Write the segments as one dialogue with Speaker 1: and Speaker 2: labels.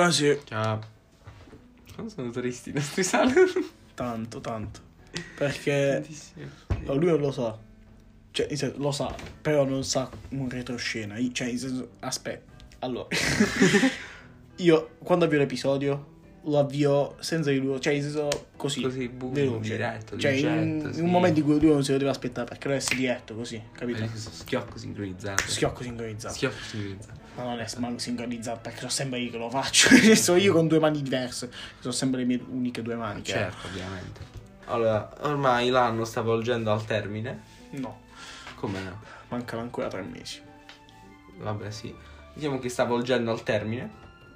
Speaker 1: Ah sì,
Speaker 2: Ciao. Non Cioè, sono tristi i nostri saloni.
Speaker 1: tanto, tanto. Perché
Speaker 2: Tantissimo.
Speaker 1: no, lui non lo sa. Cioè, nel senso, lo sa, però non sa un retroscena. I- Cioè, nel senso, aspetta. Allora, io quando avvio l'episodio lo avvio senza che lui, cioè, nel senso, così.
Speaker 2: Così, boom,
Speaker 1: veloce.
Speaker 2: diretto,
Speaker 1: Cioè, in,
Speaker 2: diretto,
Speaker 1: in
Speaker 2: certo, sì.
Speaker 1: un momento in cui lui non se lo deve aspettare, perché lo è diretto, così, capito?
Speaker 2: Hai visto Schiocco sincronizzato.
Speaker 1: Schiocco sincronizzato.
Speaker 2: Schiocco sincronizzato.
Speaker 1: Ma non è manco sincronizzato perché sono sempre io che lo faccio. Adesso io con due mani diverse. Sono sempre le mie uniche due mani. che-
Speaker 2: Certo, ovviamente. Allora, ormai l'anno sta volgendo al termine.
Speaker 1: No,
Speaker 2: Come no?
Speaker 1: mancano ancora tre mesi.
Speaker 2: Vabbè, sì. Diciamo che sta volgendo al termine.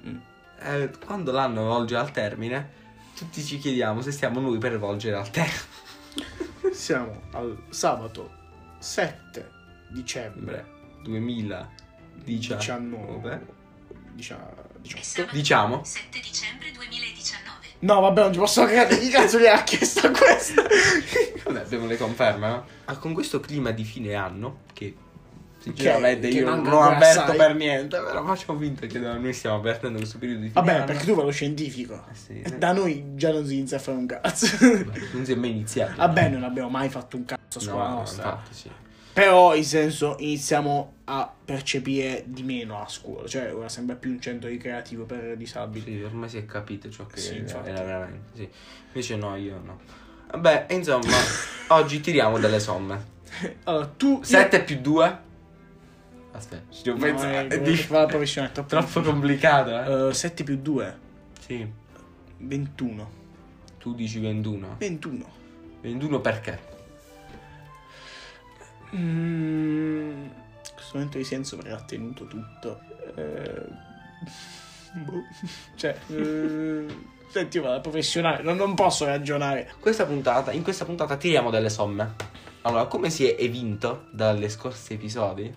Speaker 1: Mm.
Speaker 2: Eh, quando l'anno volge al termine, tutti ci chiediamo se stiamo noi per volgere al termine.
Speaker 1: Siamo al sabato 7 dicembre
Speaker 2: Sembra 2019.
Speaker 1: 19 dicia-
Speaker 3: È
Speaker 1: 18.
Speaker 3: sabato
Speaker 2: Diciamo.
Speaker 3: 7 dicembre 2019.
Speaker 1: No, vabbè, non ci posso credere. Chi cazzo gli ha chiesto questo?
Speaker 2: Vabbè, abbiamo le conferme, no? Ah, con questo clima di fine anno, che sinceramente
Speaker 1: Che- che
Speaker 2: io non
Speaker 1: manca
Speaker 2: lo
Speaker 1: ancora
Speaker 2: avverto
Speaker 1: assai.
Speaker 2: per niente, però facciamo finta che da noi stiamo avvertendo questo periodo di fine
Speaker 1: Vabbè,
Speaker 2: anno.
Speaker 1: perché tu vai lo scientifico.
Speaker 2: Eh sì,
Speaker 1: Da noi già non si inizia a fare un cazzo.
Speaker 2: non si è mai iniziato.
Speaker 1: Vabbè, non abbiamo mai fatto un cazzo a scuola
Speaker 2: no, no,
Speaker 1: nostra.
Speaker 2: infatti sì.
Speaker 1: Però, in senso, iniziamo a percepire di meno a scuola. Cioè, ora sembra più un centro ricreativo per disabili.
Speaker 2: Sì, ormai si è capito ciò che
Speaker 1: Sì,
Speaker 2: era,
Speaker 1: infatti.
Speaker 2: era veramente, sì. Invece no, io no. Vabbè, insomma, oggi tiriamo delle somme.
Speaker 1: Allora, tu...
Speaker 2: 7 più 2? Aspetta, ci devo
Speaker 1: No,
Speaker 2: pensare.
Speaker 1: eh,
Speaker 2: Di-
Speaker 1: fa la professione, è troppo
Speaker 2: Troppo complicato, eh.
Speaker 1: Eh, 7 più 2,
Speaker 2: Sì.
Speaker 1: 21.
Speaker 2: Tu dici 21.
Speaker 1: 21.
Speaker 2: 21 perché?
Speaker 1: Mm, in questo momento di senso perché ha tenuto tutto. Eh, boh. Cioè, eh, senti, io vado da professionale, non, non posso ragionare.
Speaker 2: Questa puntata, in questa puntata tiriamo delle somme. Allora, come si è evinto dalle scorse episodi,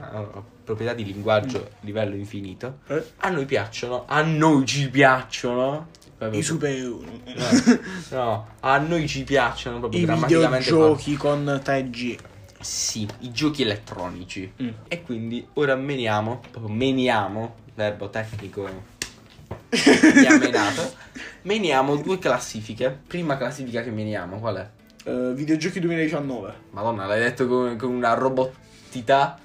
Speaker 2: allora, proprietà di linguaggio livello infinito,
Speaker 1: Eh?
Speaker 2: a noi piacciono, a noi ci piacciono.
Speaker 1: I supereroi.
Speaker 2: No, no, a noi ci piacciono proprio
Speaker 1: I
Speaker 2: grammaticamente.
Speaker 1: videogiochi con 3G.
Speaker 2: proprio. Sì, i giochi elettronici.
Speaker 1: Mm.
Speaker 2: E quindi ora meniamo, proprio meniamo, verbo tecnico mi ha menato, meniamo due classifiche. Prima classifica che meniamo, qual è?
Speaker 1: Eh, videogiochi 2019.
Speaker 2: Madonna, l'hai detto con, con una robottità.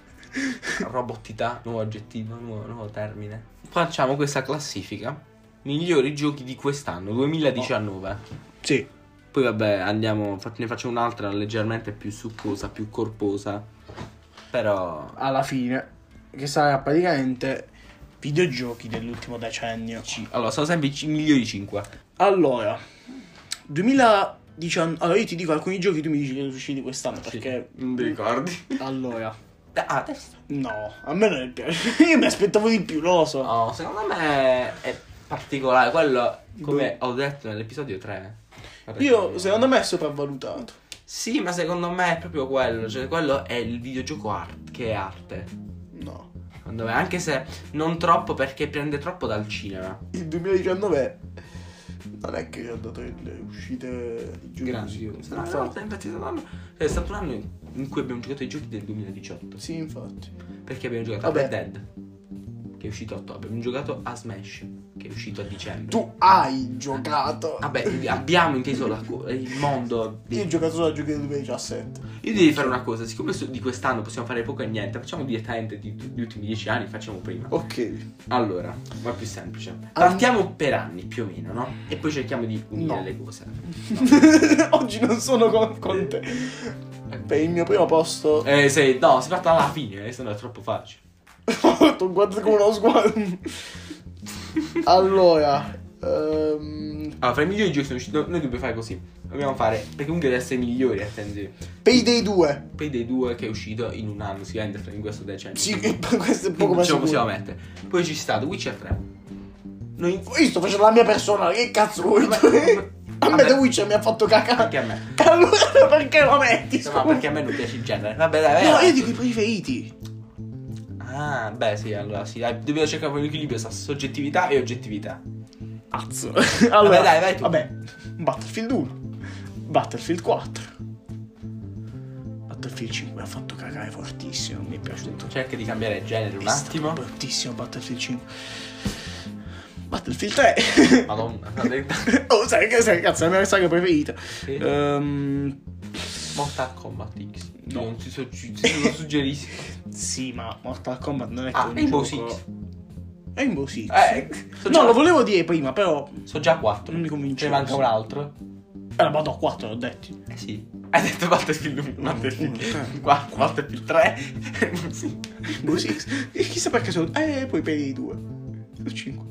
Speaker 2: robottità, nuovo aggettivo, nuovo, nuovo termine. Facciamo questa classifica. Migliori giochi di quest'anno, 2019.
Speaker 1: Sì.
Speaker 2: Poi vabbè, andiamo, fa- ne faccio un'altra leggermente più succosa, più corposa. Però
Speaker 1: Alla fine, che sarà praticamente videogiochi dell'ultimo decennio.
Speaker 2: ci- allora, sono sempre i ci- migliori 5.
Speaker 1: Allora, 2019. Allora, io ti dico alcuni giochi, tu mi dici che sono usciti quest'anno perché.
Speaker 2: non ti ricordi.
Speaker 1: Allora,
Speaker 2: Ah, adesso.
Speaker 1: no, a me non è piaciuto. Io mi aspettavo di più, non lo so.
Speaker 2: No, secondo me è particolare, quello come ho detto nell'episodio 3.
Speaker 1: Io, secondo me, è sopravvalutato.
Speaker 2: Sì, ma secondo me è proprio quello. Cioè, quello è il videogioco art, che è arte.
Speaker 1: No.
Speaker 2: Secondo me, anche se non troppo perché prende troppo dal cinema.
Speaker 1: Il 2019 non è che ci ha dato le uscite di giochi così.
Speaker 2: No, no,
Speaker 1: Infatti.
Speaker 2: infatti è stato un anno- è stato un anno in cui abbiamo giocato ai giochi del 2018.
Speaker 1: Sì, infatti.
Speaker 2: Perché abbiamo giocato
Speaker 1: Vabbè.
Speaker 2: a Red Dead, che è uscito a ottobre. Abbiamo giocato a Smash, che è uscito a dicembre.
Speaker 1: Tu hai giocato.
Speaker 2: Vabbè, abbiamo inteso la co- il mondo. dei-
Speaker 1: Io ho giocato solo a giochi del 2017.
Speaker 2: Io devi fare una cosa, siccome su- di quest'anno possiamo fare poco e niente, facciamo direttamente di- degli ultimi dieci anni, facciamo prima.
Speaker 1: Ok.
Speaker 2: Allora, ma è più semplice. Partiamo per anni più o meno, no? E poi cerchiamo di unire
Speaker 1: No.
Speaker 2: le cose.
Speaker 1: Oggi non sono con, con te. Per il mio primo posto
Speaker 2: Eh, se, no, si è fatta alla fine, eh, se no è troppo facile.
Speaker 1: Ti guardo con uno sguardo. allora, ehm,
Speaker 2: Allora, fra i migliori giochi sono usciti. no, Noi dobbiamo fare così. Dobbiamo fare. Perché comunque deve essere i migliori, attendi.
Speaker 1: Payday 2.
Speaker 2: Poi dei due che è uscito in un anno, si vende fra- in questo decennio.
Speaker 1: Sì, questo è poco ma
Speaker 2: Quindi ce lo
Speaker 1: sicuro.
Speaker 2: Diciamo possiamo mettere. Poi ci sta The Witcher 3. Noi.
Speaker 1: Io sto facendo la mia persona, che cazzo vuoi?
Speaker 2: Vabbè,
Speaker 1: A me
Speaker 2: vabbè.
Speaker 1: The Witcher mi ha fatto cacare.
Speaker 2: Anche a me.
Speaker 1: Allora perché lo metti?
Speaker 2: No,
Speaker 1: scusa?
Speaker 2: perché a me non piace il genere. Eh, Vabbè, dai,
Speaker 1: No,
Speaker 2: vai.
Speaker 1: io dico i preferiti.
Speaker 2: Ah, beh, sì, allora sì. Dai, dobbiamo cercare un equilibrio tra soggettività e oggettività.
Speaker 1: Cazzo. Allora,
Speaker 2: Vabbè, dai, vai tu.
Speaker 1: Vabbè, Battlefield 1. Battlefield 4. Battlefield 5 mi ha fatto cagare fortissimo, mi è piaciuto.
Speaker 2: Cerca di cambiare genere un
Speaker 1: È stato
Speaker 2: attimo.
Speaker 1: Bruttissimo Battlefield 5. Battlefield 3.
Speaker 2: Madonna, la verità.
Speaker 1: oh, sai che sai, cazzo, è la mia saga preferita.
Speaker 2: Sì.
Speaker 1: Ehm,
Speaker 2: Mortal Kombat X.
Speaker 1: No.
Speaker 2: Non ti so, ci- se te lo suggerisco.
Speaker 1: sì, ma Mortal Kombat non è che
Speaker 2: Ah,
Speaker 1: un
Speaker 2: Rainbow
Speaker 1: gioco-
Speaker 2: Six.
Speaker 1: Rainbow Six.
Speaker 2: Eh, so
Speaker 1: no,
Speaker 2: già-
Speaker 1: lo volevo dire prima, però.
Speaker 2: So già 4.
Speaker 1: Non mi convince.
Speaker 2: Ce ne manca un altro.
Speaker 1: Eh, vado a 4, l'ho detto.
Speaker 2: Eh sì. Hai detto Battlefield 1, Battlefield 4, Battlefield 3. sì.
Speaker 1: Rainbow Six. Chissà perché sono. Eh, poi per i 2. Sono 5.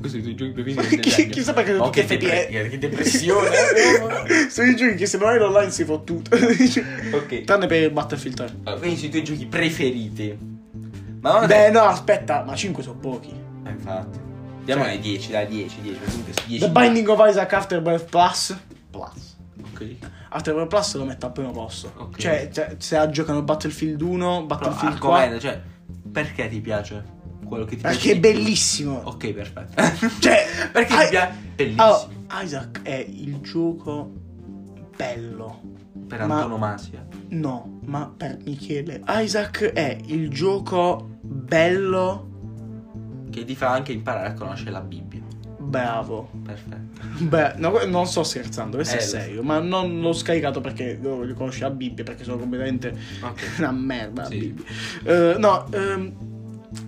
Speaker 2: Questi sono i tuoi giochi
Speaker 1: Chi-
Speaker 2: preferiti.
Speaker 1: chissà perché sono
Speaker 2: Oh, che,
Speaker 1: tutti
Speaker 2: depre-
Speaker 1: FPS.
Speaker 2: che depressione.
Speaker 1: sono i giochi che se non hai l'online si fottuto.
Speaker 2: ok.
Speaker 1: Tranne per Battlefield 3.
Speaker 2: Allora, Quindi sui tuoi giochi preferiti. Ma non
Speaker 1: Beh, no, aspetta, ma 5 sono pochi.
Speaker 2: Eh, infatti. Andiamo
Speaker 1: Cioè-
Speaker 2: ai 10, dai 10, 10, comunque su 10.
Speaker 1: The Binding of Isaac Afterbirth Plus.
Speaker 2: Plus. Ok.
Speaker 1: Afterbirth Plus lo metto al primo posto.
Speaker 2: Ok.
Speaker 1: Cioè, cioè, se giocano Battlefield 1,
Speaker 2: Però
Speaker 1: Battlefield 4.
Speaker 2: argomento, cioè, perché ti piace quello che ti piace?
Speaker 1: Perché è
Speaker 2: di più?
Speaker 1: bellissimo.
Speaker 2: Ok, perfetto.
Speaker 1: Cioè,
Speaker 2: perché
Speaker 1: Ai-
Speaker 2: ti piace? Bellissimo.
Speaker 1: Allora, Isaac è il gioco bello.
Speaker 2: per
Speaker 1: ma-
Speaker 2: antonomasia.
Speaker 1: No, ma per Michele. Isaac è il gioco bello.
Speaker 2: Che ti fa anche imparare a conoscere la Bibbia.
Speaker 1: Bravo.
Speaker 2: Perfetto.
Speaker 1: Beh, no, que- non sto scherzando, questo è
Speaker 2: Eh, lo so.
Speaker 1: serio. Ma non l'ho scaricato perché oh, lo voglio conoscere la Bibbia, perché sono completamente
Speaker 2: Ok.
Speaker 1: una merda. la
Speaker 2: Sì.
Speaker 1: Bibbia. Eh, no, ehm,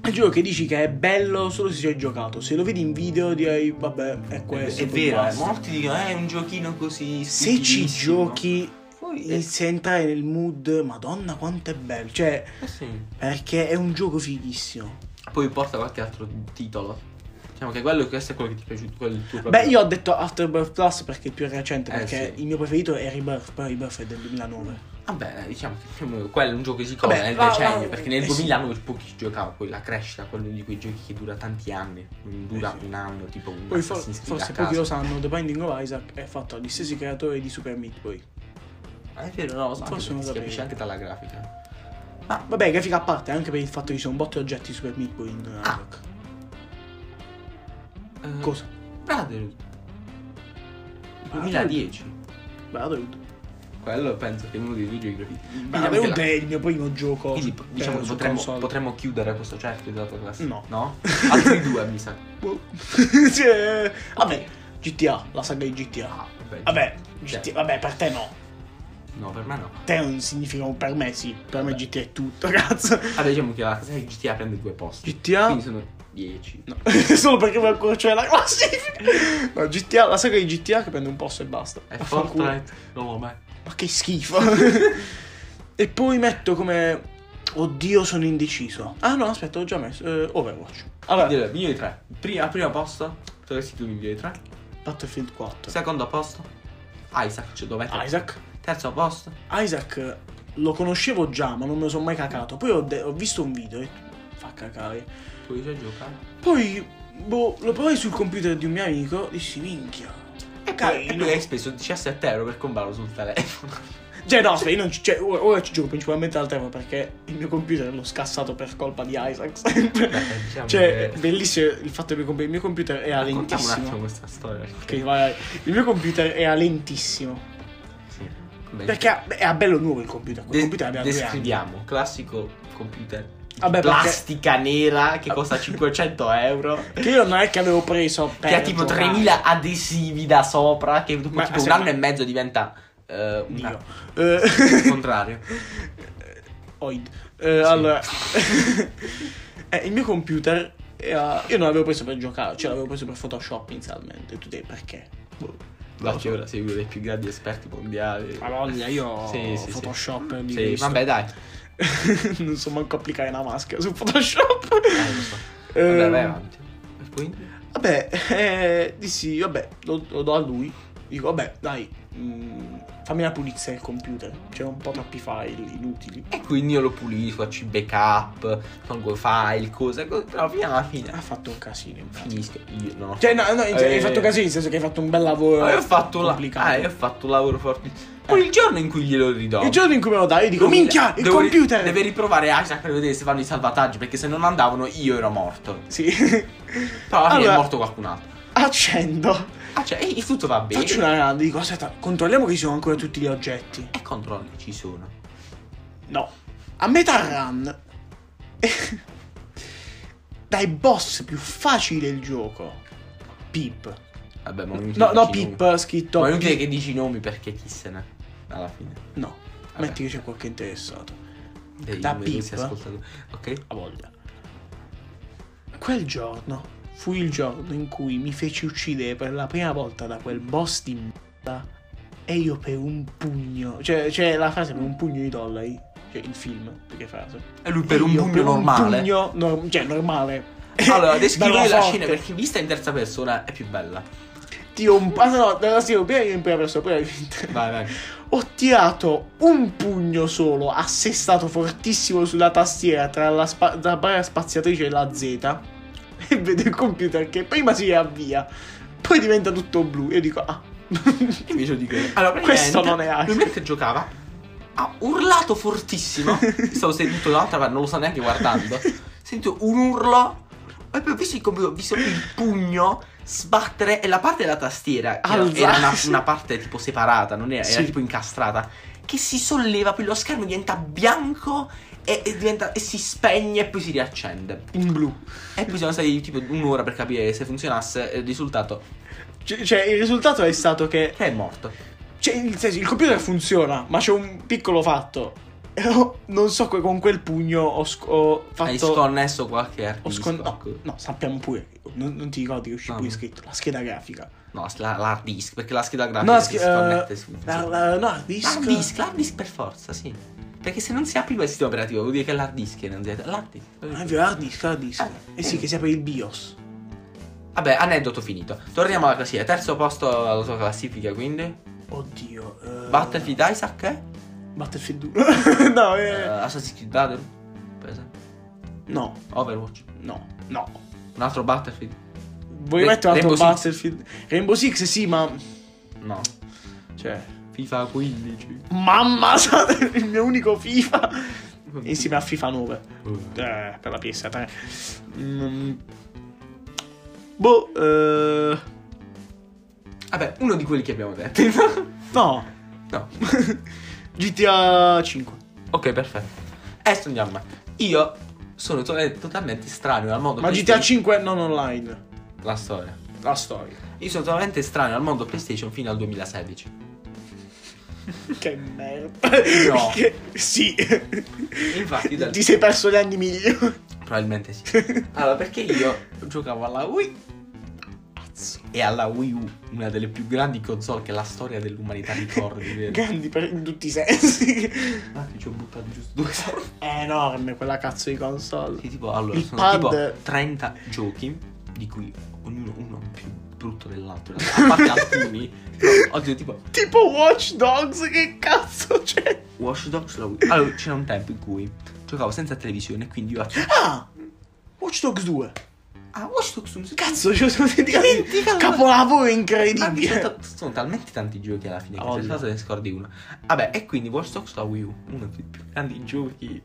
Speaker 1: è il gioco che dici che è bello solo se ci hai giocato. Se lo vedi in video, direi, vabbè, è questo.
Speaker 2: è
Speaker 1: poi
Speaker 2: vero, eh,
Speaker 1: basta.
Speaker 2: molti dicono eh, è un giochino così.
Speaker 1: Se ci
Speaker 2: stupidissimo."
Speaker 1: giochi, eh,
Speaker 2: Poi-
Speaker 1: inizi a entrare nel mood, madonna quanto è bello. Cioè,
Speaker 2: Eh sì.
Speaker 1: perché è un gioco fighissimo.
Speaker 2: Poi porta qualche altro titolo. Diciamo che quello questo è quello che ti è piaciuto, quello è il tuo
Speaker 1: Beh,
Speaker 2: proprio-
Speaker 1: io ho detto Afterbirth Plus perché è il più recente,
Speaker 2: Eh,
Speaker 1: perché
Speaker 2: sì.
Speaker 1: il mio preferito è Rebirth, però Rebirth è del 2009.
Speaker 2: Vabbè, diciamo che più o meno quello è un gioco che si copre
Speaker 1: Vabbè,
Speaker 2: nel
Speaker 1: va-
Speaker 2: decennio,
Speaker 1: va-
Speaker 2: perché nel
Speaker 1: eh sì.
Speaker 2: 2009 pochi si giocava, poi la crescita, quello di quei giochi che dura tanti anni, non dura
Speaker 1: Eh sì.
Speaker 2: un anno, tipo un
Speaker 1: Poi for-
Speaker 2: Assassin's Creed a
Speaker 1: forse
Speaker 2: caso.
Speaker 1: pochi lo sanno, The Binding of Isaac è fatto dagli stessi creatori di Super Meat Boy.
Speaker 2: Ah, è vero, no, forse
Speaker 1: Forse non
Speaker 2: si
Speaker 1: lo
Speaker 2: capisce
Speaker 1: sapevo.
Speaker 2: anche dalla grafica.
Speaker 1: Ma vabbè, grafica a parte, anche per il fatto che ci sono un botto di oggetti di Super Meat Boy in eh,
Speaker 2: Ah.
Speaker 1: Isaac.
Speaker 2: Eh,
Speaker 1: Cosa? Ah,
Speaker 2: Brotherhood.
Speaker 1: certo.
Speaker 2: 2010.
Speaker 1: Brotherhood.
Speaker 2: Quello penso che è uno dei due giochi preferiti. Diciamo che
Speaker 1: Brotherhood
Speaker 2: la-
Speaker 1: è il mio primo gioco.
Speaker 2: Quindi po- diciamo
Speaker 1: per-
Speaker 2: che
Speaker 1: su
Speaker 2: potremmo,
Speaker 1: console.
Speaker 2: potremmo chiudere questo cerchio dato che la
Speaker 1: No.
Speaker 2: no? Altri due mi sa.
Speaker 1: Boh. Cioè, vabbè, GTA, la saga di GTA.
Speaker 2: Ah, vabbè.
Speaker 1: Vabbè,
Speaker 2: Cioè,
Speaker 1: GTA, vabbè, per te no.
Speaker 2: No, per me no.
Speaker 1: Te non significa un per me sì, per me GTA è tutto, cazzo.
Speaker 2: Vabbè, diciamo che la casa di GTA prende due posti.
Speaker 1: GTA
Speaker 2: Quindi sono 10.
Speaker 1: no. solo perché vuoi accorciare la classifica. No, GTA, la saga di GTA che prende un posto e basta.
Speaker 2: È
Speaker 1: Affanculo.
Speaker 2: Fortnite. No, ma
Speaker 1: Ma che schifo. e poi metto come Oddio, sono indeciso. Ah no, aspetta, ho già messo eh, Overwatch. Allora,
Speaker 2: Allora, migliori tre. Prima, primo posto, dovresti tu migliori tre.
Speaker 1: Battlefield 4.
Speaker 2: Secondo posto, Isaac, cioè dov'è?
Speaker 1: Isaac
Speaker 2: Terzo posto,
Speaker 1: Isaac eh, lo conoscevo già, ma non me lo sono mai cacato. Poi ho, de- ho visto un video e fa cacare.
Speaker 2: puoi già giocare.
Speaker 1: Poi boh, lo provai sul computer di un mio amico, dissi minchia. Eh, È
Speaker 2: Cari, e
Speaker 1: carino.
Speaker 2: lui hai speso 17 euro per comprarlo sul telefono.
Speaker 1: Cioè, no, aspetta, io non ci- cioè, ora, ora ci gioco principalmente al tema perché il mio computer l'ho scassato per colpa di Isaac sempre.
Speaker 2: Beh, diciamo
Speaker 1: Cioè,
Speaker 2: che-
Speaker 1: bellissimo il fatto che il mio comp- il mio computer era
Speaker 2: Raccontiamo un attimo
Speaker 1: lentissimo.
Speaker 2: questa storia.
Speaker 1: Ok, vai, vai. Il mio computer era lentissimo.
Speaker 2: Sì. Beh,
Speaker 1: Perché ha- era bello nuovo il computer. Quel
Speaker 2: de-
Speaker 1: computer aveva due anni.
Speaker 2: descriviamo, classico computer. di
Speaker 1: Vabbè, perché-
Speaker 2: plastica nera che costa 500 euro.
Speaker 1: Che io non è che avevo preso per
Speaker 2: che ha tipo
Speaker 1: giocare.
Speaker 2: 3000 adesivi da sopra. Che dopo
Speaker 1: Ma-
Speaker 2: tipo
Speaker 1: se-
Speaker 2: un anno e mezzo diventa eh, un
Speaker 1: Dio.
Speaker 2: il
Speaker 1: Eh,
Speaker 2: contrario.
Speaker 1: oid. Eh, Allora, Eh, il mio computer era- Io non l'avevo preso per giocare, cioè l'avevo preso per Photoshop inizialmente. Tu dei perché? Boh.
Speaker 2: La che ora sei uno dei più grandi esperti mondiali.
Speaker 1: Ma voglia, io
Speaker 2: Sì, sì,
Speaker 1: Photoshop
Speaker 2: sì.
Speaker 1: di
Speaker 2: Sì,
Speaker 1: questo.
Speaker 2: vabbè, dai.
Speaker 1: non so manco applicare una maschera su Photoshop.
Speaker 2: Dai, Ah, lo so.
Speaker 1: Eh,
Speaker 2: Vabbè, vai avanti. E quindi?
Speaker 1: Vabbè, eh, dissi, vabbè, lo, lo do a lui. Dico, vabbè, dai, mm, fammi la pulizia del computer. C'è un po' troppi file inutili.
Speaker 2: E quindi io lo pulisco, faccio i backup, tolgo i file, cose, cose. Però fino alla
Speaker 1: Ha
Speaker 2: fine
Speaker 1: fatto un casino, infatti.
Speaker 2: finisco. Io no.
Speaker 1: Cioè, no, no, in-
Speaker 2: Eh.
Speaker 1: hai fatto casino, nel senso che hai fatto un bel lavoro.
Speaker 2: Ma io ho fatto, la-
Speaker 1: complicato.
Speaker 2: ah, io ho fatto un lavoro forte. Poi il giorno in cui glielo ridò.
Speaker 1: Il giorno in cui me lo dai, io dico, minchia, il
Speaker 2: Devo ri-
Speaker 1: computer!
Speaker 2: Deve riprovare Isaac per vedere se fanno i salvataggi. Perché se non andavano, io ero morto.
Speaker 1: Sì.
Speaker 2: Però alla fine
Speaker 1: Allora-
Speaker 2: è morto qualcun altro.
Speaker 1: Accendo.
Speaker 2: Ah, cioè, e tutto va bene.
Speaker 1: Faccio una grande, dico, aspetta, controlliamo che ci sono ancora tutti gli oggetti.
Speaker 2: E controlli ci sono.
Speaker 1: No. A metà run. Dai boss più facili del gioco. Pip.
Speaker 2: Vabbè, ma non mi
Speaker 1: No, no,
Speaker 2: dici
Speaker 1: Pip
Speaker 2: nomi.
Speaker 1: ha scritto...
Speaker 2: Ma è inutile
Speaker 1: Pip-
Speaker 2: che dici i nomi perché chi se ne. Alla fine.
Speaker 1: No,
Speaker 2: Vabbè.
Speaker 1: metti che c'è qualche interessato.
Speaker 2: Dei
Speaker 1: Da
Speaker 2: nomi di
Speaker 1: Pip.
Speaker 2: questi ascoltatori. Ok.
Speaker 1: A voglia. Quel giorno fu il giorno in cui mi feci uccidere per la prima volta da quel boss di merda e io per un pugno, cioè, cioè la frase per un pugno di dollari, cioè il film, perché frase.
Speaker 2: E lui
Speaker 1: E
Speaker 2: per un
Speaker 1: io
Speaker 2: pugno normale.
Speaker 1: Un pugno, nor- cioè normale.
Speaker 2: Allora, descrivi
Speaker 1: Dalla
Speaker 2: la
Speaker 1: forte.
Speaker 2: scena perché vista in terza persona è più bella.
Speaker 1: Tiro un ah, no, no, sì, prima io in prima persona, poi in-
Speaker 2: Vai, vai.
Speaker 1: Ho tirato un pugno solo, assestato fortissimo sulla tastiera tra la, spa- la barra spaziatrice e la Z. E vedo il computer che prima si avvia, poi diventa tutto blu. E dico, ah.
Speaker 2: Invece di quello. Allora,
Speaker 1: Questo
Speaker 2: praticamente,
Speaker 1: non è Ash.
Speaker 2: Lui mentre giocava ha urlato fortissimo. Stavo seduto dall'altra parte, non lo sto neanche guardando. Sento un urlo. E poi ho visto il computer, ho visto il pugno sbattere e la parte della tastiera, che era- era una,
Speaker 1: Alzarsi.
Speaker 2: una parte tipo separata, non era, era
Speaker 1: Sì.
Speaker 2: tipo incastrata, che si solleva, poi lo schermo diventa bianco e, e diventa- e si spegne e poi si riaccende.
Speaker 1: In blu.
Speaker 2: E poi siamo stati tipo un'ora per capire se funzionasse. e Il risultato
Speaker 1: C- cioè, il risultato è stato che.
Speaker 2: è morto.
Speaker 1: Cioè, nel senso, il computer funziona, ma c'è un piccolo fatto. Io non so, que- con quel pugno ho, sc- ho fatto.
Speaker 2: Hai sconnesso qualche
Speaker 1: ho
Speaker 2: hard
Speaker 1: scon-
Speaker 2: disk,
Speaker 1: no,
Speaker 2: qualcosa.
Speaker 1: no, sappiamo pure. Non, non ti ricordi che uscì
Speaker 2: Ah,
Speaker 1: pure
Speaker 2: no.
Speaker 1: scritto la scheda grafica.
Speaker 2: No, la, l'hard disk, perché la scheda grafica
Speaker 1: No, la
Speaker 2: Ah, si
Speaker 1: schi-
Speaker 2: sconnette
Speaker 1: eh,
Speaker 2: su
Speaker 1: la- la- no, hard disk.
Speaker 2: L'hard Ah, disk, l'hard disk per forza, sì. Perché se non si apre il sistema operativo vuol dire che è l'hard disk che non si apre. L'hard
Speaker 1: Ah, è
Speaker 2: disk.
Speaker 1: vero, hard disk, hard disk. Eh sì, che si apre il BIOS.
Speaker 2: Vabbè, aneddoto finito. Torniamo alla classifica. Terzo posto alla tua classifica, quindi.
Speaker 1: Oddio. eh,
Speaker 2: Battlefield Isaac, eh?
Speaker 1: Battlefield 2. no,
Speaker 2: Eh,
Speaker 1: eh,
Speaker 2: Assassin's Creed Battle, per esempio.
Speaker 1: no,
Speaker 2: Overwatch.
Speaker 1: no, no.
Speaker 2: Un altro Battlefield?
Speaker 1: Vuoi
Speaker 2: Re-
Speaker 1: mettere un altro
Speaker 2: Rainbow Six.
Speaker 1: Battlefield? Rainbow Six sì, ma...
Speaker 2: No.
Speaker 1: Cioè...
Speaker 2: FIFA 15.
Speaker 1: Mamma santa, il mio unico FIFA. Insieme a FIFA 9. Eh, per la PS3. Mm. Boh, eh...
Speaker 2: Vabbè, uno di quelli che abbiamo detto. no.
Speaker 1: No. GTA 5.
Speaker 2: Ok, perfetto. Adesso andiamo. a me. Io sono to- totalmente strano al mondo
Speaker 1: Ma GTA 5 non online.
Speaker 2: La storia.
Speaker 1: La storia.
Speaker 2: Io sono totalmente strano al mondo PlayStation fino al 2016.
Speaker 1: Che merda.
Speaker 2: No.
Speaker 1: Che- Sì.
Speaker 2: Infatti, dal-
Speaker 1: Ti sei perso gli anni migliori.
Speaker 2: Probabilmente sì. Allora, perché io giocavo alla Wii e alla Wii U, una delle più grandi console che la storia dell'umanità ricordi. vero?
Speaker 1: Grandi per- in tutti i sensi.
Speaker 2: Infatti ci ho buttato giusto due soldi.
Speaker 1: È enorme quella cazzo di console.
Speaker 2: Sì, tipo, allora,
Speaker 1: Il
Speaker 2: sono
Speaker 1: pad-
Speaker 2: tipo 30 giochi, di cui ognuno uno più brutto dell'altro. A parte alcuni. però, Oddio, tipo,
Speaker 1: Tipo Watch Dogs, che cazzo c'è?
Speaker 2: Watch Dogs la Wii. Allora, c'era un tempo in cui giocavo senza televisione, quindi io...
Speaker 1: Ah! Watch Dogs 2.
Speaker 2: Ah, Watch Dogs non si
Speaker 1: Cazzo, ci sono dimenticato.
Speaker 2: Dimenticalo.
Speaker 1: Capolavoro
Speaker 2: Ah, mi
Speaker 1: incredibile.
Speaker 2: sono, sono talmente tanti giochi alla fine
Speaker 1: Ah,
Speaker 2: che se
Speaker 1: voglio.
Speaker 2: caso ne scordi uno. Vabbè, e quindi Watch Dogs la Wii U, uno dei più grandi giochi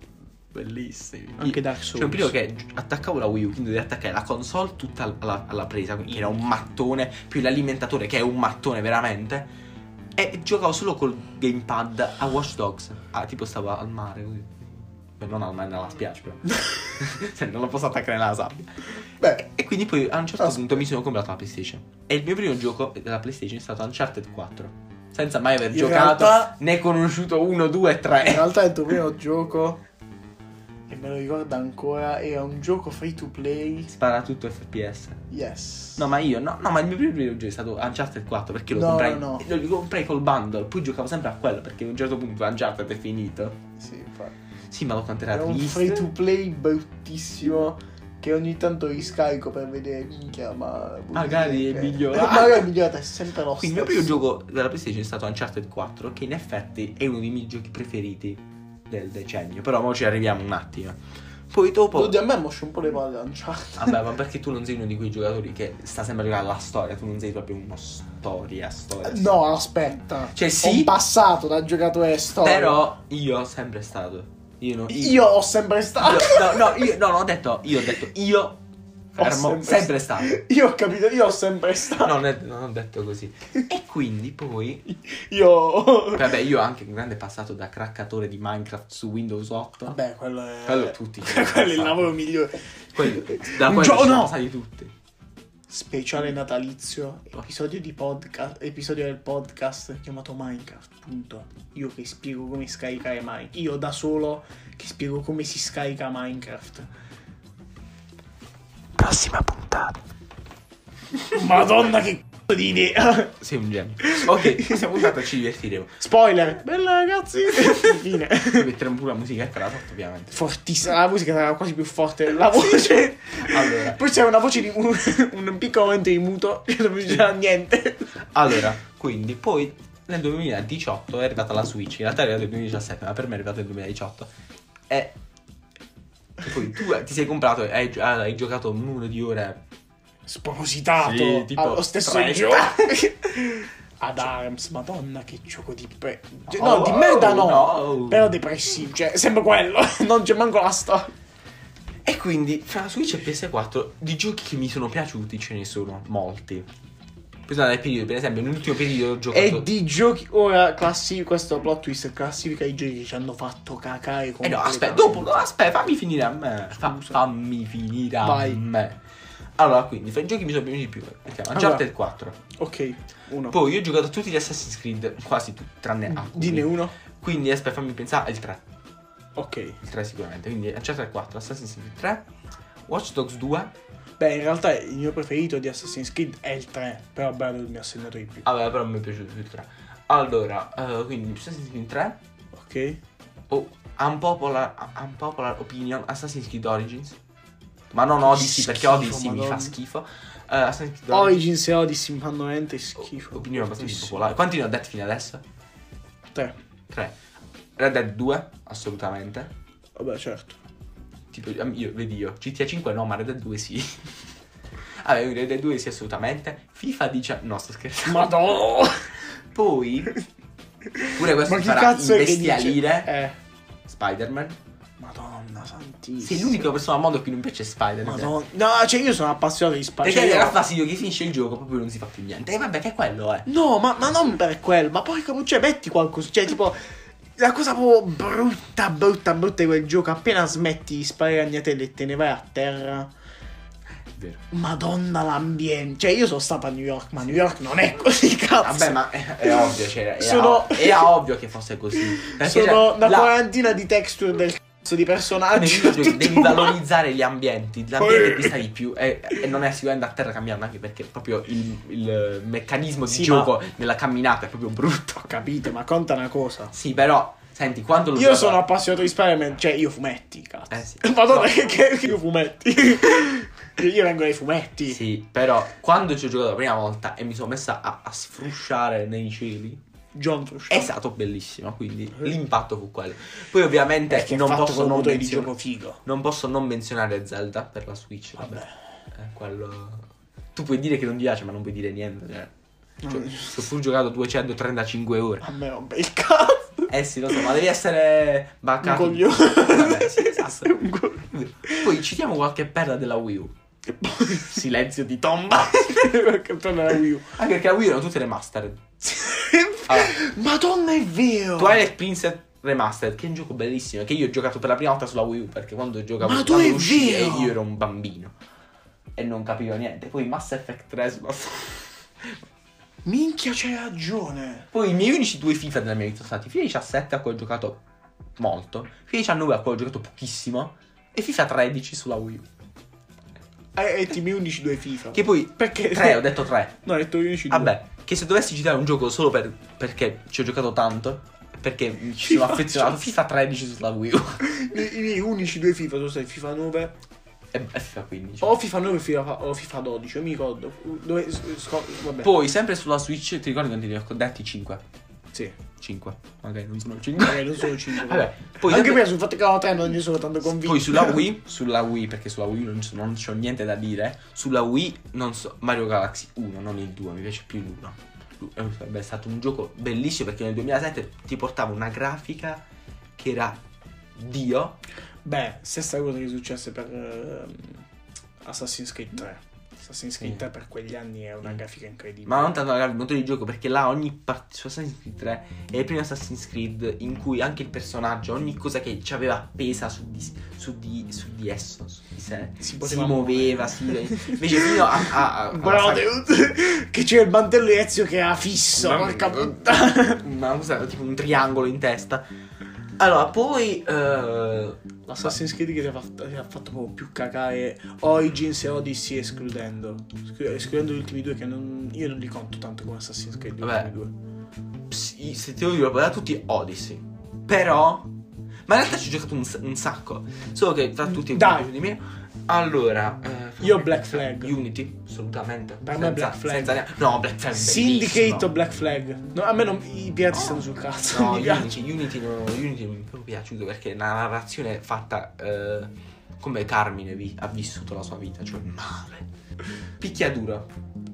Speaker 2: bellissimi.
Speaker 1: Anche Dark
Speaker 2: C'è un
Speaker 1: Souls.
Speaker 2: periodo che gi- attaccavo la Wii U, quindi devi attaccare la console tutta al- alla, alla presa, quindi era un mattone, più l'alimentatore che è un mattone veramente. E giocavo solo col gamepad a Watch Dogs. Ah, tipo stavo al mare così. Beh, non al mare, alla spiaggia però. Cioè, non lo posso attaccare nella sabbia.
Speaker 1: Beh,
Speaker 2: E quindi poi a un certo
Speaker 1: Ah.
Speaker 2: punto mi sono comprato la PlayStation. E il mio primo gioco della PlayStation è stato Uncharted 4. Senza mai aver
Speaker 1: In
Speaker 2: giocato,
Speaker 1: realtà-
Speaker 2: né conosciuto 1, 2,
Speaker 1: in
Speaker 2: 3.
Speaker 1: realtà il tuo primo gioco, che me lo ricordo ancora, era un gioco free to play.
Speaker 2: Spara tutto FPS.
Speaker 1: Yes.
Speaker 2: No, ma io no, no, ma il mio primo videogioco è stato Uncharted 4 perché lo
Speaker 1: No,
Speaker 2: comprai.
Speaker 1: no, no.
Speaker 2: Lo, lo comprai col bundle, poi giocavo sempre a quello perché a un certo punto Uncharted è finito.
Speaker 1: Sì, infatti.
Speaker 2: Sì, ma lo quanto era
Speaker 1: Era un
Speaker 2: triste.
Speaker 1: free to play bruttissimo che ogni tanto riscarico per vedere minchia, ma
Speaker 2: Ah, Magari è
Speaker 1: che-
Speaker 2: migliorato.
Speaker 1: Magari è migliorato, è sempre lo
Speaker 2: Quindi
Speaker 1: stesso.
Speaker 2: il mio primo gioco della PlayStation è stato Uncharted 4, che in effetti è uno dei miei giochi preferiti del decennio. Però mo ci arriviamo un attimo. Poi dopo.
Speaker 1: Oddio, a me ha moscio un po' le palle lanciate.
Speaker 2: Vabbè, ma perché tu non sei uno di quei giocatori che sta sempre a giocare alla storia, tu non sei proprio uno storia, storia. storia.
Speaker 1: No, aspetta.
Speaker 2: Cioè,
Speaker 1: Ho
Speaker 2: sì.
Speaker 1: un passato da giocatore storico.
Speaker 2: Però io ho sempre stato. Io no,
Speaker 1: Io ho sempre stato.
Speaker 2: io- no, no, io no, no, ho detto, io ho detto, io fermo,
Speaker 1: Ho
Speaker 2: sempre, stato.
Speaker 1: Io ho capito, io ho sempre stato.
Speaker 2: No, non, è- non ho detto così. E quindi poi,
Speaker 1: Io.
Speaker 2: vabbè, io ho anche un grande passato da craccatore di Minecraft su Windows 8.
Speaker 1: Vabbè, quello è.
Speaker 2: Quello tutti.
Speaker 1: quello è il lavoro migliore.
Speaker 2: Quello- da
Speaker 1: Un
Speaker 2: quello
Speaker 1: gio-
Speaker 2: sono
Speaker 1: no.
Speaker 2: passati tutti.
Speaker 1: speciale natalizio, episodio di podcast, episodio del podcast chiamato Minecraft, punto. Io che spiego come scaricare Minecraft, io da solo che spiego come si scarica Minecraft.
Speaker 2: Prossima puntata.
Speaker 1: Madonna che c***o di idea.
Speaker 2: Sei un genio. Ok, questa puntata ci divertiremo.
Speaker 1: Spoiler. Bella ragazzi. Fine.
Speaker 2: Ci metteremo pure la musichetta alla sotto, ovviamente.
Speaker 1: Fortissima, la musica era quasi più forte della voce.
Speaker 2: Allora.
Speaker 1: Poi c'era una voce di un, un piccolo momento di muto, cioè non c'era niente.
Speaker 2: Allora, quindi poi nel 2018 è arrivata la Switch, in realtà è arrivata nel 2017, ma per me è arrivata nel 2018. E e poi tu ti sei comprato e hai, ah, hai giocato un numero di ore.
Speaker 1: Spropositato.
Speaker 2: Sì, tipo
Speaker 1: allo stesso
Speaker 2: 30.
Speaker 1: gioco. Ad Arms, madonna che gioco di pre... cioè,
Speaker 2: Oh,
Speaker 1: no, di merda no.
Speaker 2: no.
Speaker 1: Però depressivo, cioè, sembra quello. Non c'è manco la storia.
Speaker 2: E quindi fra la Switch e PS4 di giochi che mi sono piaciuti ce ne sono molti. Questo è il periodo, per esempio, nell'ultimo periodo ho giocato... Eh
Speaker 1: E di giochi. Ora, classi- questo plot twist classifica i giochi che ci hanno fatto cacare.
Speaker 2: Eh no, aspetta,
Speaker 1: completamente.
Speaker 2: dopo, no, aspetta, fammi finire a me. Fa-
Speaker 1: Scusa.
Speaker 2: fammi finire a
Speaker 1: Vai.
Speaker 2: me. Allora, quindi, fra i giochi che mi sono piaciuti di più. Mettiamo Uncharted 4.
Speaker 1: Ok, uno.
Speaker 2: Poi io ho giocato a tutti gli Assassin's Creed, quasi tutti, tranne alcuni.
Speaker 1: Mm, Dine uno.
Speaker 2: ah, Quindi aspetta, fammi pensare il 3.
Speaker 1: Ok.
Speaker 2: Il 3 sicuramente. Quindi Uncharted 4, Assassin's Creed 3, Watch Dogs 2.
Speaker 1: Beh, in realtà il mio preferito di Assassin's Creed è il 3. Però bello mi ha segnato di più.
Speaker 2: Ah, Vabbè, però mi è piaciuto più il 3. Allora, eh, quindi Assassin's Creed 3
Speaker 1: Ok.
Speaker 2: o Unpopular, Unpopular Opinion Assassin's Creed Origins. Ma non Odyssey,
Speaker 1: schifo,
Speaker 2: perché Odyssey mi fa
Speaker 1: madonna.
Speaker 2: schifo. Eh, Assassin's Creed Origins.
Speaker 1: Origins e Odyssey mi fanno veramente schifo.
Speaker 2: Opinione abbastanza popolare. Quanti ne ho detti fino adesso?
Speaker 1: 3.
Speaker 2: 3. Red Dead 2, assolutamente.
Speaker 1: Vabbè, certo.
Speaker 2: Tipo, io, vedi io, GTA 5 no, ma Red Dead 2 sì. Vabbè, quindi Red Dead 2 sì, assolutamente. FIFA 19... No, sto scherzando.
Speaker 1: Madonna.
Speaker 2: Poi... Pure questo
Speaker 1: Ma
Speaker 2: ti
Speaker 1: che
Speaker 2: farà
Speaker 1: cazzo è che
Speaker 2: imbestialire.
Speaker 1: dice? Eh.
Speaker 2: Spider-Man.
Speaker 1: Madonna
Speaker 2: Sei
Speaker 1: santissima.
Speaker 2: l'unica persona al mondo a cui non piace Spider-Man.
Speaker 1: Madonna. Cioè, No, cioè io sono appassionato di
Speaker 2: Perché
Speaker 1: Spider-Man.
Speaker 2: nella fase io che finisce il gioco proprio non si fa più niente. E vabbè, che è quello, eh.
Speaker 1: No, ma, ma non per quello, ma poi come- cioè, metti qualcosa, cioè tipo la cosa proprio brutta, brutta, brutta di quel gioco, appena smetti di sparare ragnatele e te ne vai a terra,
Speaker 2: È vero.
Speaker 1: madonna l'ambiente, cioè io sono stato a New York, ma New York non è così cazzo,
Speaker 2: Vabbè, ma è, è ovvio, cioè, era,
Speaker 1: Sono-
Speaker 2: era ovvio che fosse così. Perché,
Speaker 1: sono
Speaker 2: cioè,
Speaker 1: una
Speaker 2: la-
Speaker 1: quarantina di texture del cazzo di personaggi,
Speaker 2: Nel video
Speaker 1: tutto
Speaker 2: devi
Speaker 1: uguale.
Speaker 2: valorizzare gli ambienti, l'ambiente pista di più e, e non è sicuramente a terra camminando anche perché proprio il, il meccanismo di
Speaker 1: Sì,
Speaker 2: gioco nella camminata è proprio brutto.
Speaker 1: Ho capito, ma conta una cosa,
Speaker 2: Sì, però, senti, quando lo
Speaker 1: io
Speaker 2: giocavo-
Speaker 1: sono appassionato di Spider-Man, cioè io fumetti, cazzo,
Speaker 2: Eh sì.
Speaker 1: madonna
Speaker 2: No.
Speaker 1: che, che- io fumetti, io vengo dai fumetti,
Speaker 2: Sì, però quando ci ho giocato la prima volta e mi sono messa a, a sfrusciare nei cieli
Speaker 1: John Frusciante.
Speaker 2: è stato bellissimo, quindi l'impatto fu quello. Poi ovviamente
Speaker 1: Eh. Perché
Speaker 2: non
Speaker 1: non fatto
Speaker 2: posso
Speaker 1: con un
Speaker 2: non,
Speaker 1: motore di
Speaker 2: menzionare-
Speaker 1: gioco figo.
Speaker 2: non posso non menzionare Zelda per la Switch, vabbè.
Speaker 1: Vabbè.
Speaker 2: Eh, quello... Tu puoi dire che non ti piace, ma non puoi dire niente. Cioè, cioè,
Speaker 1: Mm.
Speaker 2: ci ho pure giocato 235 ore.
Speaker 1: A me rompe il cazzo.
Speaker 2: Eh sì, lo so, ma devi essere
Speaker 1: Un
Speaker 2: baccato.
Speaker 1: coglione.
Speaker 2: Vabbè, sì, esatto.
Speaker 1: Sei un coglione.
Speaker 2: Poi citiamo qualche perla della Wii U.
Speaker 1: E poi-
Speaker 2: Silenzio di tomba.
Speaker 1: Perché torna la Wii U.
Speaker 2: Anche perché la Wii U erano tutte remastered. Allora.
Speaker 1: Madonna, è vero.
Speaker 2: Twilight Princess Remastered, che è un gioco bellissimo, che io ho giocato per la prima volta sulla Wii U, perché quando giocavo
Speaker 1: Ma tu
Speaker 2: quando
Speaker 1: è
Speaker 2: uscì, eh,
Speaker 1: vero!
Speaker 2: io ero un bambino e non capivo niente. Poi Mass Effect 3 sulla
Speaker 1: Minchia, c'hai ragione.
Speaker 2: Poi i miei unici due FIFA della mia vita sono stati FIFA 17 a cui ho giocato molto, FIFA 19 a cui ho giocato pochissimo e FIFA 13 sulla Wii U.
Speaker 1: E, e Eh, ti mi unici due FIFA.
Speaker 2: Che poi
Speaker 1: Perché?
Speaker 2: 3, ho detto 3.
Speaker 1: No, hai detto unici due.
Speaker 2: Vabbè, che se dovessi citare un gioco solo per- perché ci ho giocato tanto, perché mi ci sono
Speaker 1: FIFA.
Speaker 2: affezionato, FIFA 13 sulla Wii U
Speaker 1: I, i miei unici due FIFA sono stati FIFA 9
Speaker 2: e, e FIFA 15.
Speaker 1: o FIFA 9 FIFA- o FIFA 12. Non mi ricordo. Dove, sco- vabbè.
Speaker 2: Poi sempre sulla Switch, ti ricordi quando ti ho detti 5?
Speaker 1: sì.
Speaker 2: 5, magari non sono 5.
Speaker 1: Magari non sono 5.
Speaker 2: Vabbè, poi
Speaker 1: Anche
Speaker 2: sempre-
Speaker 1: perché sul fatto che ho 3 non ne sono tanto convinto.
Speaker 2: Poi sulla Wii, sulla Wii, perché sulla Wii non, c'ho- non c'ho niente da dire. Sulla Wii, non so, Mario Galaxy 1, non il 2, mi piace più l'1. Sarebbe stato un gioco bellissimo perché nel 2007 ti portava una grafica che era Dio.
Speaker 1: Beh, stessa cosa che successe per ehm, Assassin's Creed 3. Assassin's Creed 3 per quegli anni è una
Speaker 2: Mm.
Speaker 1: grafica incredibile.
Speaker 2: Ma non tanto magari il motore di gioco, perché là ogni parte su Assassin's Creed 3 è il primo Assassin's Creed in cui anche il personaggio, ogni cosa che ci aveva appesa su di, su di, su di esso, su di sé,
Speaker 1: Si
Speaker 2: si,
Speaker 1: poteva
Speaker 2: muoveva, si... invece fino a... a, a- alla
Speaker 1: Bravo,
Speaker 2: saga-
Speaker 1: dude, che c'è il mantello di Ezio che ha fisso.
Speaker 2: Mamma
Speaker 1: Porca
Speaker 2: mia.
Speaker 1: puttana.
Speaker 2: una cosa, tipo un triangolo in testa. Allora, poi... eh,
Speaker 1: L'Assassin's Creed che ti ha fatto, ti ha fatto proprio più cacare Origins e Odyssey escludendo. Esclu- Escludendo gli ultimi due che non, io non li conto tanto come Assassin's Creed. gli
Speaker 2: Vabbè.
Speaker 1: ultimi due.
Speaker 2: Sì, se te lo dico, da tutti Odyssey. Però. Ma in realtà ci ho giocato un, s- un sacco. Solo che tra tutti mi
Speaker 1: Dai.
Speaker 2: piace di meno. Allora. eh,
Speaker 1: Io Black Flag.
Speaker 2: Unity, assolutamente.
Speaker 1: Per me Black Flag.
Speaker 2: senza neanche- no, Black Flag. è
Speaker 1: Syndicate
Speaker 2: bellissimo.
Speaker 1: o Black Flag? No, a me non, i pirati
Speaker 2: No.
Speaker 1: stanno sul cazzo.
Speaker 2: No,
Speaker 1: mi piace.
Speaker 2: Unity, Unity, no, Unity non mi è proprio piaciuto perché è una narrazione fatta eh, come Carmine vi- ha vissuto la sua vita, cioè male. Picchiaduro.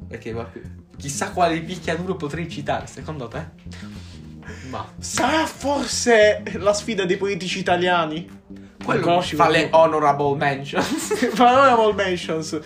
Speaker 2: Perché guarda, chissà quale picchiaduro potrei citare, secondo te? Ma.
Speaker 1: Sarà forse la sfida dei politici italiani?
Speaker 2: Quello
Speaker 1: Conosci
Speaker 2: fa
Speaker 1: qualcuno?
Speaker 2: le honorable mentions.
Speaker 1: Honorable mentions.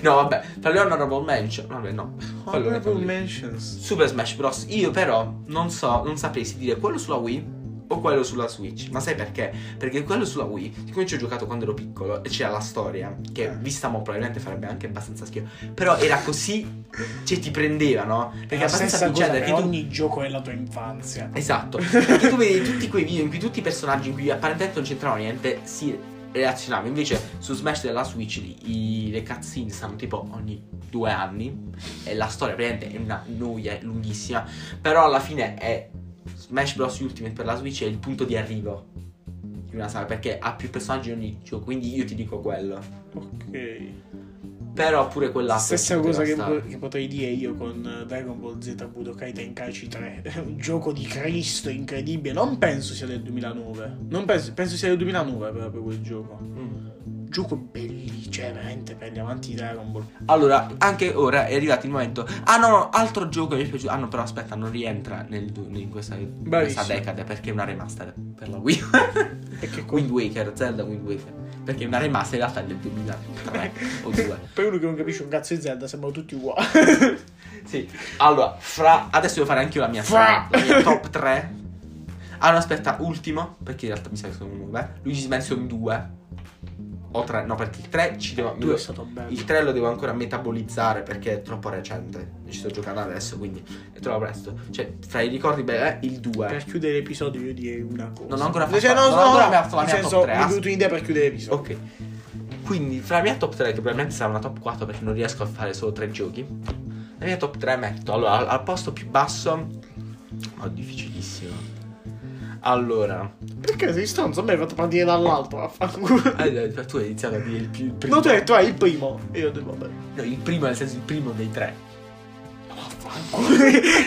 Speaker 2: no, vabbè, fa le honorable mentions. Vabbè, no. Quello ne
Speaker 1: Honorable
Speaker 2: parliamo.
Speaker 1: mentions.
Speaker 2: Super Smash Bros. Io però non so, non saprei se dire quello sulla Wii o quello sulla Switch. Ma sai perché? Perché quello sulla Wii, siccome ci ho giocato quando ero piccolo e c'era la storia, che
Speaker 1: Eh.
Speaker 2: vista mo probabilmente farebbe anche abbastanza schifo, però era così, cioè ti prendeva, no? Perché è
Speaker 1: la
Speaker 2: abbastanza
Speaker 1: stessa cosa
Speaker 2: vincente
Speaker 1: per
Speaker 2: che tu
Speaker 1: ogni gioco è la tua infanzia.
Speaker 2: Esatto, perché tu vedi tutti quei video in cui tutti i personaggi in cui apparentemente non c'entravano niente si relazionavano. Invece su Smash della Switch i- le cutscene stanno tipo ogni due anni e la storia praticamente è una noia lunghissima. Però alla fine è Smash Bros. Ultimate per la Switch è il punto di arrivo di una saga perché ha più personaggi in ogni gioco, quindi io ti dico quello.
Speaker 1: Ok.
Speaker 2: Però pure quella
Speaker 1: Stessa cosa che, po- che potrei dire io con eh, Dragon Ball Z Budokai Tenkaichi 3. È un gioco di Cristo incredibile. Non penso sia del 2009. Non penso, penso sia del 2009 proprio quel gioco.
Speaker 2: Mm.
Speaker 1: Gioco bellissimo. Cioè, veramente per gli avanti di Dragon Ball.
Speaker 2: Allora, anche ora è arrivato il momento. Ah, no, no, altro gioco che mi è piaciuto. Ah, no, però aspetta, non rientra nel du- in questa, in
Speaker 1: Bravissimo.
Speaker 2: questa decade perché è una remaster per la Wii.
Speaker 1: Perché
Speaker 2: Wind Waker, Zelda Wind Waker. Perché è una remaster in realtà è del 2003 o 2.
Speaker 1: Per uno che non capisce un cazzo di Zelda, sembrano tutti uguali.
Speaker 2: Sì. Allora, fra. Adesso devo fare anche io la mia,
Speaker 1: Fra.
Speaker 2: la mia top 3. Ah, no, aspetta, ultimo. Perché in realtà mi sa che sono 9. Luigi's Mansion 2. O 3. No, perché il 3 ci devo.
Speaker 1: Tu è stato bello.
Speaker 2: Il 3 lo devo ancora metabolizzare perché è troppo recente. Ci sto giocando adesso, quindi è troppo presto. Cioè, fra i ricordi, beh, eh, il 2.
Speaker 1: Per chiudere l'episodio io direi una cosa.
Speaker 2: Non ho ancora fatto-
Speaker 1: Cioè, no,
Speaker 2: non ho
Speaker 1: no,
Speaker 2: ancora
Speaker 1: no,
Speaker 2: fatto la
Speaker 1: nel
Speaker 2: mia top
Speaker 1: senso,
Speaker 2: tre,
Speaker 1: mi è
Speaker 2: ah.
Speaker 1: venuta un'idea per chiudere l'episodio.
Speaker 2: Ok. Quindi, fra la mia top 3, che probabilmente sarà una top 4 perché non riesco a fare solo 3 giochi. La mia top 3 metto. Allora, al, al posto più basso. Oh, difficilissimo. Allora.
Speaker 1: Perché sei stronzo? A me hai fatto partire dall'alto, vaffanculo.
Speaker 2: eh, tu hai iniziato a dire il, più- il primo.
Speaker 1: No, tu hai detto, ah, il primo. E io ho detto, vabbè.
Speaker 2: No, il primo, nel senso il primo dei tre.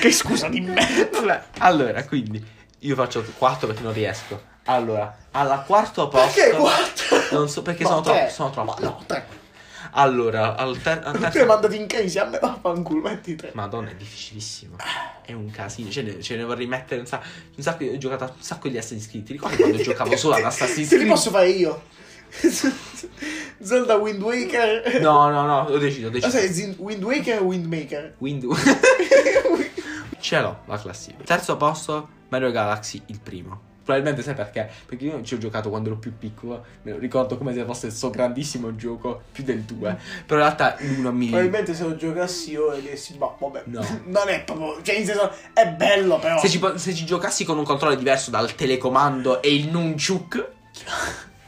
Speaker 1: che scusa di me.
Speaker 2: Vabbè, Allora, quindi io faccio 4 perché non riesco. Allora, alla quarto posto.
Speaker 1: guarda?
Speaker 2: Non so perché
Speaker 1: No,
Speaker 2: sono
Speaker 1: tre.
Speaker 2: troppo. Sono troppo.
Speaker 1: Ma no, tre.
Speaker 2: Allora, al, ter- al
Speaker 1: Tu hai
Speaker 2: terzo.
Speaker 1: mandato in crisi a me, vaffanculo, metti tre.
Speaker 2: Madonna, è difficilissimo. È un casino. Ce ne, ce ne vorrei mettere un sacco. Un sacco io ho giocato a un sacco di Assassin's Creed. Ti ricordi quando giocavo solo ad Assassin's
Speaker 1: Te
Speaker 2: Creed?
Speaker 1: li posso fare io. Zelda Wind Waker.
Speaker 2: No, no, no, ho deciso, ho
Speaker 1: Ma
Speaker 2: deciso.
Speaker 1: sai, Zin- Wind Waker o Windmaker?
Speaker 2: Windu. Ce l'ho la classifica. Terzo posto, Mario Galaxy, il primo. Probabilmente sai perché? Perché io ci ho giocato quando ero più piccolo. Me lo ricordo come se fosse il suo grandissimo gioco, più del 2. Però in realtà l'uno mi.
Speaker 1: Probabilmente se lo giocassi io e dissi, ma boh, vabbè,
Speaker 2: No.
Speaker 1: non è proprio, cioè in senso, è bello però.
Speaker 2: Se ci, po- se ci giocassi con un controllo diverso dal telecomando e il nunchuk.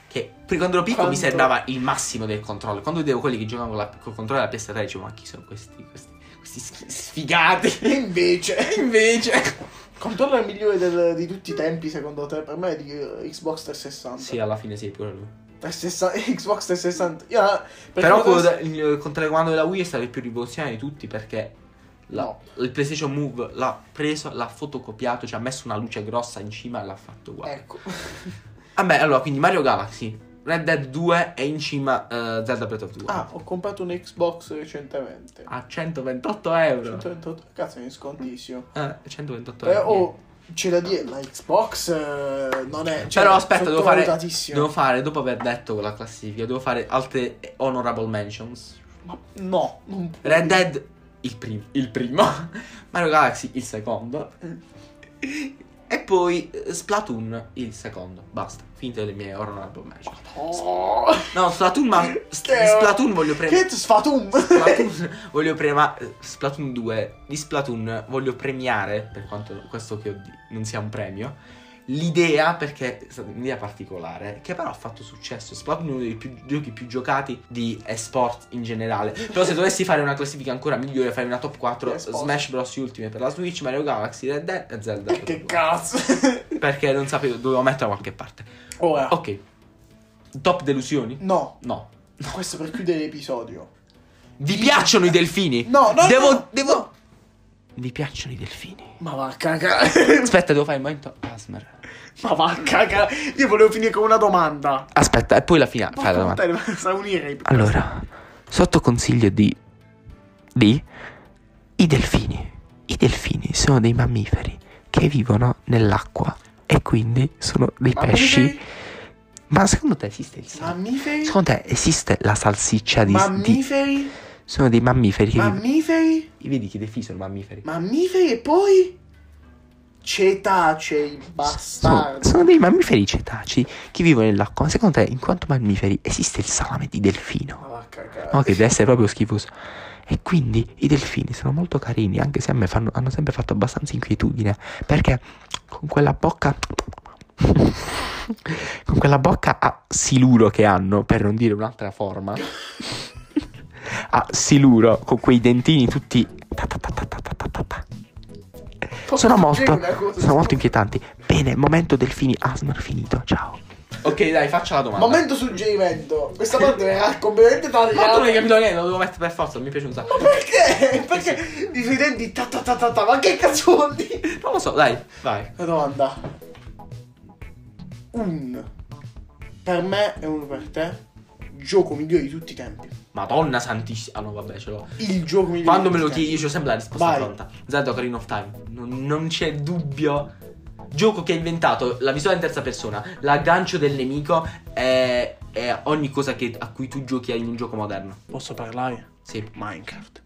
Speaker 2: Che per quando ero piccolo mi
Speaker 1: Quanto-
Speaker 2: sembrava il massimo del controllo. Quando vedevo quelli che giocavano con la- col controllo della PS3, dicevo, ma chi sono questi? Questi, questi schi- sfigati.
Speaker 1: E invece,
Speaker 2: Invece.
Speaker 1: il controllo è il migliore del- di tutti i tempi secondo te, per me è di eh, Xbox 360.
Speaker 2: Sì, alla fine sì, pure lui.
Speaker 1: 360 Xbox 360. Io, eh, per
Speaker 2: Però quello
Speaker 1: quello che-
Speaker 2: da- il telecomando della Wii è stato il più rivoluzionario di tutti perché la-
Speaker 1: No.
Speaker 2: il PlayStation Move l'ha preso, l'ha fotocopiato, ci ha messo una luce grossa in cima e l'ha fatto uguale.
Speaker 1: Ecco.
Speaker 2: Vabbè, allora, quindi Mario Galaxy, Red Dead 2 e in cima eh, Zelda Breath of the Wild.
Speaker 1: Ah, ho comprato un Xbox recentemente.
Speaker 2: A 128 euro.
Speaker 1: 128. Cazzo, è in scontissimo.
Speaker 2: Eh, 128
Speaker 1: Eh,
Speaker 2: euro.
Speaker 1: oh, c'è da dire, la Xbox eh, non è. Cioè,
Speaker 2: Però aspetta, devo fare,
Speaker 1: sottovalutatissima.
Speaker 2: devo fare, dopo aver detto la classifica, devo fare altre honorable mentions.
Speaker 1: Ma no, non può.
Speaker 2: Red Dead il, prim- il primo, Mario Galaxy il secondo e poi eh, Splatoon il secondo. Basta, finite le mie ore non abbiamo mai.
Speaker 1: Oh.
Speaker 2: No, Splatoon ma
Speaker 1: Che-
Speaker 2: Splatoon voglio
Speaker 1: Che
Speaker 2: premere
Speaker 1: sfatum!
Speaker 2: Splatoon, voglio premare Splatoon 2 di Splatoon voglio premiare per quanto questo che ho di- non sia un premio l'idea perché è stata un'idea particolare che però ha fatto successo Splatoon è uno dei più- giochi più giocati di esport in generale però se dovessi fare una classifica ancora migliore fai una top 4
Speaker 1: Di esport.
Speaker 2: Smash Bros Ultimate per la Switch Mario Galaxy Red Dead e Zelda per
Speaker 1: che
Speaker 2: due.
Speaker 1: cazzo?
Speaker 2: perché non sapevo dovevo metterla da qualche parte
Speaker 1: Ora,
Speaker 2: ok top delusioni?
Speaker 1: no,
Speaker 2: no
Speaker 1: questo per chiudere l'episodio.
Speaker 2: vi piacciono i delfini?
Speaker 1: No, no,
Speaker 2: devo,
Speaker 1: no,
Speaker 2: devo...
Speaker 1: no.
Speaker 2: Vi piacciono i delfini?
Speaker 1: Ma va a cagare.
Speaker 2: Aspetta, devo fare il momento Asmer.
Speaker 1: Ma va a cagare. Io volevo finire con una domanda.
Speaker 2: Aspetta, e poi la fine.
Speaker 1: Ma
Speaker 2: Fai la domanda.
Speaker 1: puttana, sa unire.
Speaker 2: Allora, sotto consiglio di... di... I delfini. I delfini sono dei mammiferi che vivono nell'acqua e quindi sono dei pesci. Ma secondo te esiste il sal?
Speaker 1: Mammiferi?
Speaker 2: Secondo te esiste la salsiccia di... di-
Speaker 1: Mammiferi?
Speaker 2: Sono dei mammiferi che vivono...
Speaker 1: Mammiferi?
Speaker 2: Vedi che defi sono mammiferi.
Speaker 1: Mammiferi e poi? Cetacei,
Speaker 2: Sono,
Speaker 1: bastardi.
Speaker 2: sono dei mammiferi cetacei che vivono nell'acqua. Secondo te, in quanto mammiferi, esiste il salame di delfino?
Speaker 1: Ma va a cagare.
Speaker 2: No, che deve essere proprio schifoso. E quindi i delfini sono molto carini, anche se a me fanno- hanno sempre fatto abbastanza inquietudine. Perché con quella bocca. con quella bocca a siluro che hanno, per non dire un'altra forma. a siluro, con quei dentini tutti. ta ta ta ta ta ta ta ta ta. Sono molto,
Speaker 1: Una cosa-
Speaker 2: sono molto inquietanti. Bene, momento delfini. Asmar finito, ciao. Ok, dai, faccia la domanda.
Speaker 1: Momento suggerimento. Questa parte verrà completamente tagliata.
Speaker 2: capito niente, lo devo mettere per forza, mi piace un sacco.
Speaker 1: Perché? Perché i suoi denti ta ta ta ta ta, ma che cazzo vuol dire?
Speaker 2: Non lo so, dai, vai.
Speaker 1: Una domanda. Un per me e uno per te. Gioco migliore di tutti i tempi.
Speaker 2: Madonna santissima. Ah no, vabbè, ce l'ho.
Speaker 1: Il gioco migliore.
Speaker 2: Quando
Speaker 1: di
Speaker 2: me lo
Speaker 1: tutti i
Speaker 2: chiedi, io ho sempre la risposta
Speaker 1: Vai.
Speaker 2: pronta. Zelda Ocarina of Time. Non, non c'è dubbio. Gioco che ha inventato la visuale in terza persona, l'aggancio del nemico e, e ogni cosa che- a cui tu giochi in un gioco moderno.
Speaker 1: tempi. Posso parlare?
Speaker 2: Sì.
Speaker 1: Minecraft.